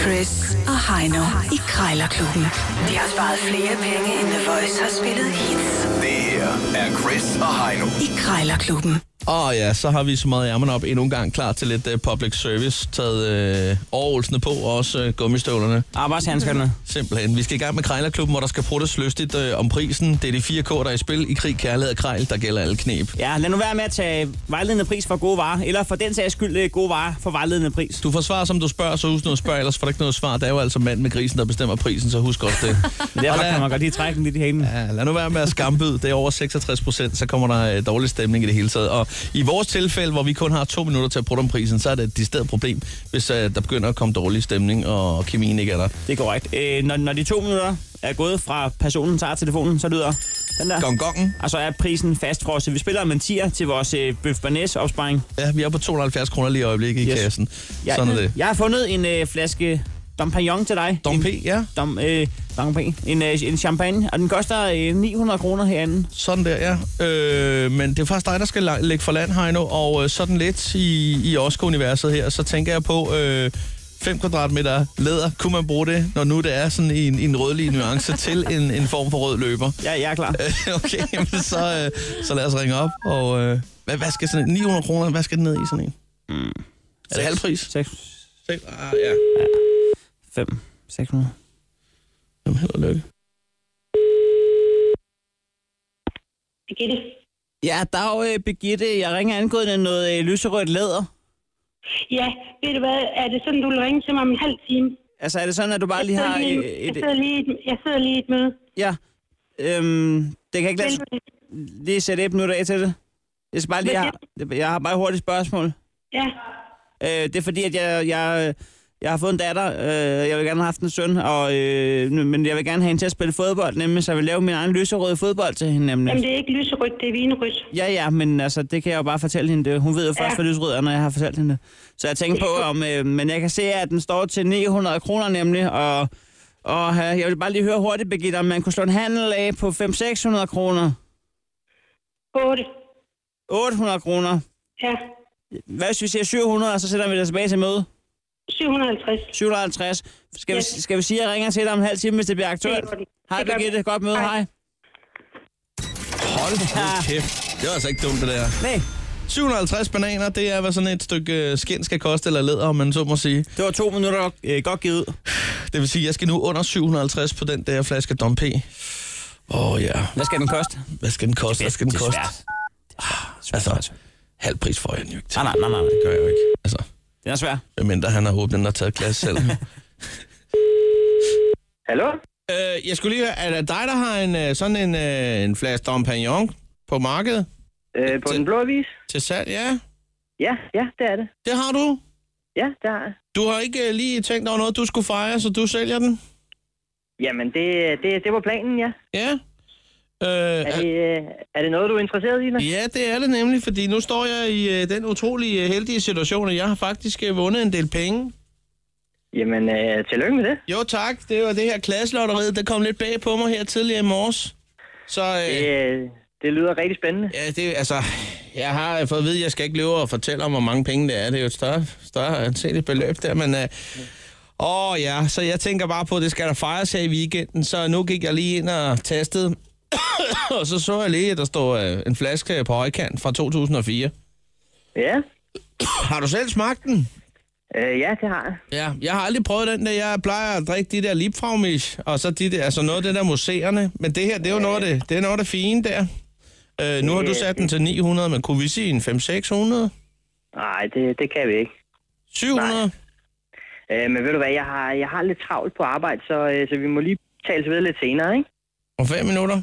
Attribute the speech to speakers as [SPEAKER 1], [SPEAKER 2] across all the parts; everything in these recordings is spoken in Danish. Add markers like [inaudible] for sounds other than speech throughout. [SPEAKER 1] Chris og Heino i Krejlerklubben. De har sparet flere penge, end The Voice har spillet hits
[SPEAKER 2] Det her er Chris og Heino.
[SPEAKER 1] i Krejlerklubben.
[SPEAKER 3] Og oh ja, så har vi så meget ærmerne op endnu en gang klar til lidt uh, public service. Taget uh, overholsene på, og også uh, gummistøvlerne.
[SPEAKER 4] Ah, Arbejdshandskerne.
[SPEAKER 3] Simpelthen. Vi skal i gang med Krejlerklubben, hvor der skal prøves lystigt uh, om prisen. Det er de fire K'er, der er i spil. I krig, kærlighed og krejl, der gælder alle knep.
[SPEAKER 4] Ja, lad nu være med at tage vejledende pris for gode varer, eller for den sags skyld øh, gode varer for vejledende pris.
[SPEAKER 3] Du får svar, som du spørger, så husk noget spørg, ellers får du ikke noget svar. Der er jo altså mand med grisen, der bestemmer prisen, så husk også det.
[SPEAKER 4] Men derfor
[SPEAKER 3] Og lad-
[SPEAKER 4] kan man godt lige trække den lidt i hælen.
[SPEAKER 3] Ja, lad nu være med at skambyde. Det er over 66 procent, så kommer der øh, dårlig stemning i det hele taget. Og i vores tilfælde, hvor vi kun har to minutter til at bruge om prisen, så er det et decideret problem, hvis øh, der begynder at komme dårlig stemning, og kemien ikke er der.
[SPEAKER 4] Det er korrekt. Øh, når, når de to minutter er gået fra personen tager telefonen, så lyder den der.
[SPEAKER 3] Gong gongen.
[SPEAKER 4] Og så er prisen fastfrosset. Vi spiller om en tier til vores øh, bøf opsparing.
[SPEAKER 3] Ja, vi er på 270 kroner lige i øjeblikket yes.
[SPEAKER 4] Yes.
[SPEAKER 3] i kassen. Ja, Sådan er det.
[SPEAKER 4] Jeg har fundet en øh, flaske Dom Pignon til dig.
[SPEAKER 3] Dom
[SPEAKER 4] En-
[SPEAKER 3] P, ja.
[SPEAKER 4] Dom, øh, Dom P. En, øh, en champagne, og den koster øh, 900 kroner herinde.
[SPEAKER 3] Sådan der, ja. Øh, men det er faktisk dig, der skal la- lægge for land, Heino, og øh, sådan lidt i, i Oscar-universet her, så tænker jeg på... Øh, 5 kvadratmeter læder, kunne man bruge det, når nu det er sådan i en, i en rødlig nuance til en, en form for rød løber?
[SPEAKER 4] Ja, jeg er klar.
[SPEAKER 3] Øh, [laughs] okay, jamen så, øh, så lad os ringe op. Og, øh, hvad, hvad skal sådan en? 900 kroner, hvad skal den ned i sådan en? Mm. Er det halv pris?
[SPEAKER 4] 6,
[SPEAKER 3] Ah, ja.
[SPEAKER 4] 5, 600.
[SPEAKER 3] Jamen, held og lykke.
[SPEAKER 5] Birgitte.
[SPEAKER 4] Ja, dag, øh, Birgitte. Jeg ringer angående noget øh, lyserødt læder.
[SPEAKER 5] Ja, ved du hvad, er det sådan, du vil ringe til mig om en halv time?
[SPEAKER 4] Altså, er det sådan, at du bare lige
[SPEAKER 5] Jeg
[SPEAKER 4] har
[SPEAKER 5] sidder
[SPEAKER 4] øh,
[SPEAKER 5] lige- jeg,
[SPEAKER 4] et...
[SPEAKER 5] sidder lige i et, jeg sidder lige i et møde.
[SPEAKER 4] Ja. Øhm, det kan ikke lade sig
[SPEAKER 5] Velkommen.
[SPEAKER 4] lige sætte et minut af til det. Jeg, skal bare lige, jeg, har, jeg har bare et hurtigt spørgsmål.
[SPEAKER 5] Ja,
[SPEAKER 4] Øh, det er fordi, at jeg, jeg, jeg har fået en datter. Øh, jeg vil gerne have haft en søn, og, øh, nu- men jeg vil gerne have hende til at spille fodbold, nemlig, så jeg vil lave min egen lyserøde fodbold til hende. Nemlig.
[SPEAKER 5] jamen det er ikke lyserødt, det er vinrødt.
[SPEAKER 4] Ja, ja, men altså, det kan jeg jo bare fortælle hende. Det. Hun ved jo først,
[SPEAKER 5] Ja.
[SPEAKER 4] hvad lysrød er, når jeg har fortalt hende det. Så jeg tænkte på, om, øh, men jeg kan se, at den står til 900 kroner nemlig, og, og øh, jeg vil bare lige høre hurtigt, Birgitte, om man kunne slå en handel af på 500-600 kroner,
[SPEAKER 5] 8.
[SPEAKER 4] 800 kroner.
[SPEAKER 5] Ja,
[SPEAKER 4] Hvad hvis vi siger 700, og så sætter vi dig tilbage til møde?
[SPEAKER 5] 750.
[SPEAKER 4] 750. Skal,
[SPEAKER 5] Yes.
[SPEAKER 4] vi, skal vi sige, at jeg ringer til dig om en halv time, hvis det bliver aktuelt?
[SPEAKER 5] Det er godt.
[SPEAKER 4] Hej,
[SPEAKER 5] Det gør vi.
[SPEAKER 4] Birgitte. Godt møde.
[SPEAKER 5] Hej.
[SPEAKER 4] Hej.
[SPEAKER 3] Hold nu kæft. Det var altså ikke dumt, det der.
[SPEAKER 4] Nej,
[SPEAKER 3] 750 bananer, det er, hvad sådan et stykke øh, skind skal koste, eller læder, om man så må sige.
[SPEAKER 4] det var to minutter øh, godt givet. ud.
[SPEAKER 3] Det vil sige, jeg skal nu under 750 på den der flaske Dom P. Åh oh, ja,
[SPEAKER 4] Hvad skal den koste?
[SPEAKER 3] hvad skal den koste? Hvad skal den
[SPEAKER 4] Det er
[SPEAKER 3] koste?
[SPEAKER 4] svært.
[SPEAKER 3] Altså, halv pris får jeg den jo ikke til.
[SPEAKER 4] Nej, nej, nej, nej.
[SPEAKER 3] Det gør jeg jo ikke. Altså,
[SPEAKER 4] Den er svær.
[SPEAKER 3] medmindre han har åbnet den og taget glas selv.
[SPEAKER 6] [laughs] Hallo?
[SPEAKER 3] Øh, jeg skulle lige høre, er det dig, der har en, øh, sådan en, øh, en flaske Dom Pignon på markedet
[SPEAKER 6] Øh, på
[SPEAKER 3] Til-
[SPEAKER 6] den blå avis?
[SPEAKER 3] til salg? Ja,
[SPEAKER 6] Ja, ja, det er det.
[SPEAKER 3] det har du.
[SPEAKER 6] Ja, det har jeg.
[SPEAKER 3] Du har ikke øh, lige tænkt over noget, du skulle fejre, så du sælger den?
[SPEAKER 6] Jamen, det, det, det var planen, ja.
[SPEAKER 3] Ja. Øh,
[SPEAKER 6] Er det, øh, er det noget, du er interesseret i, Lars?
[SPEAKER 3] ja, det er det nemlig, fordi nu står jeg i øh, den utrolig øh, heldige situation, at jeg har faktisk øh, vundet en del penge.
[SPEAKER 6] Jamen, øh, tillykke med det.
[SPEAKER 3] Jo tak, det var det her klasselotteri, der kom lidt bag på mig her tidligere i morges. Så øh,
[SPEAKER 6] Øh, det lyder rigtig spændende.
[SPEAKER 3] Ja, det er- altså... Jeg har øh, fået at vide, at jeg skal ikke løbe og fortælle om, hvor mange penge det er. Det er jo et større, større anseligt beløb der, men... Øh, åh ja, så jeg tænker bare på, at det skal der fejres her i weekenden, så nu gik jeg lige ind og tastede. [coughs] og så så jeg lige, at der stod øh, en flaske på højkant fra 2004.
[SPEAKER 6] Ja,
[SPEAKER 3] Har du selv smagt den?
[SPEAKER 6] øh, ja det har jeg.
[SPEAKER 3] Ja, jeg har aldrig prøvet den der. Jeg plejer at drikke de der lipfragmish, og så de der, altså noget af det der museerne. Men det her, det er jo noget af det, det, er noget af det fine der. Øh, nu har du sat den til 900, men kunne vi sige en 5-600?
[SPEAKER 6] Nej, det, det kan vi ikke.
[SPEAKER 3] 700?
[SPEAKER 6] Øh, men ved du hvad, jeg har, jeg har lidt travlt på arbejde, så, øh, så vi må lige tales ved lidt senere, ikke?
[SPEAKER 3] Om fem minutter?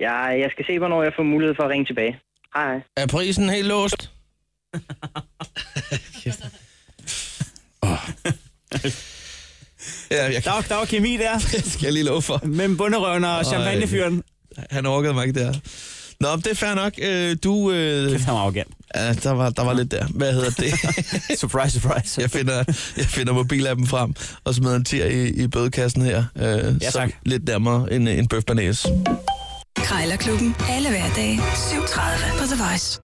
[SPEAKER 6] Jeg, jeg skal se, hvornår jeg får mulighed for at ringe tilbage. Hej, hej.
[SPEAKER 3] Er prisen helt [laughs] låst? oh. [laughs] ja, jeg
[SPEAKER 4] Der var, der var kemi
[SPEAKER 3] [laughs]
[SPEAKER 4] der.
[SPEAKER 3] skal jeg lige love for.
[SPEAKER 4] Mellem bunderøven og champagnefyren.
[SPEAKER 3] Han orkede mig ikke der. Nå, men det er fair nok. Øh, du... Øh,
[SPEAKER 4] Kæft, han var arrogant.
[SPEAKER 3] ja, der var, der var lidt der. Hvad hedder [laughs] det?
[SPEAKER 4] Surprise, surprise.
[SPEAKER 3] Jeg finder, jeg finder mobilappen frem og smider en tier i, i bødekassen her. Øh,
[SPEAKER 4] Ja,
[SPEAKER 3] så
[SPEAKER 4] tak.
[SPEAKER 3] lidt nærmere en, en bøf bearnaise.
[SPEAKER 1] Krejlerklubben. Alle hverdage. 7.30 på The Voice.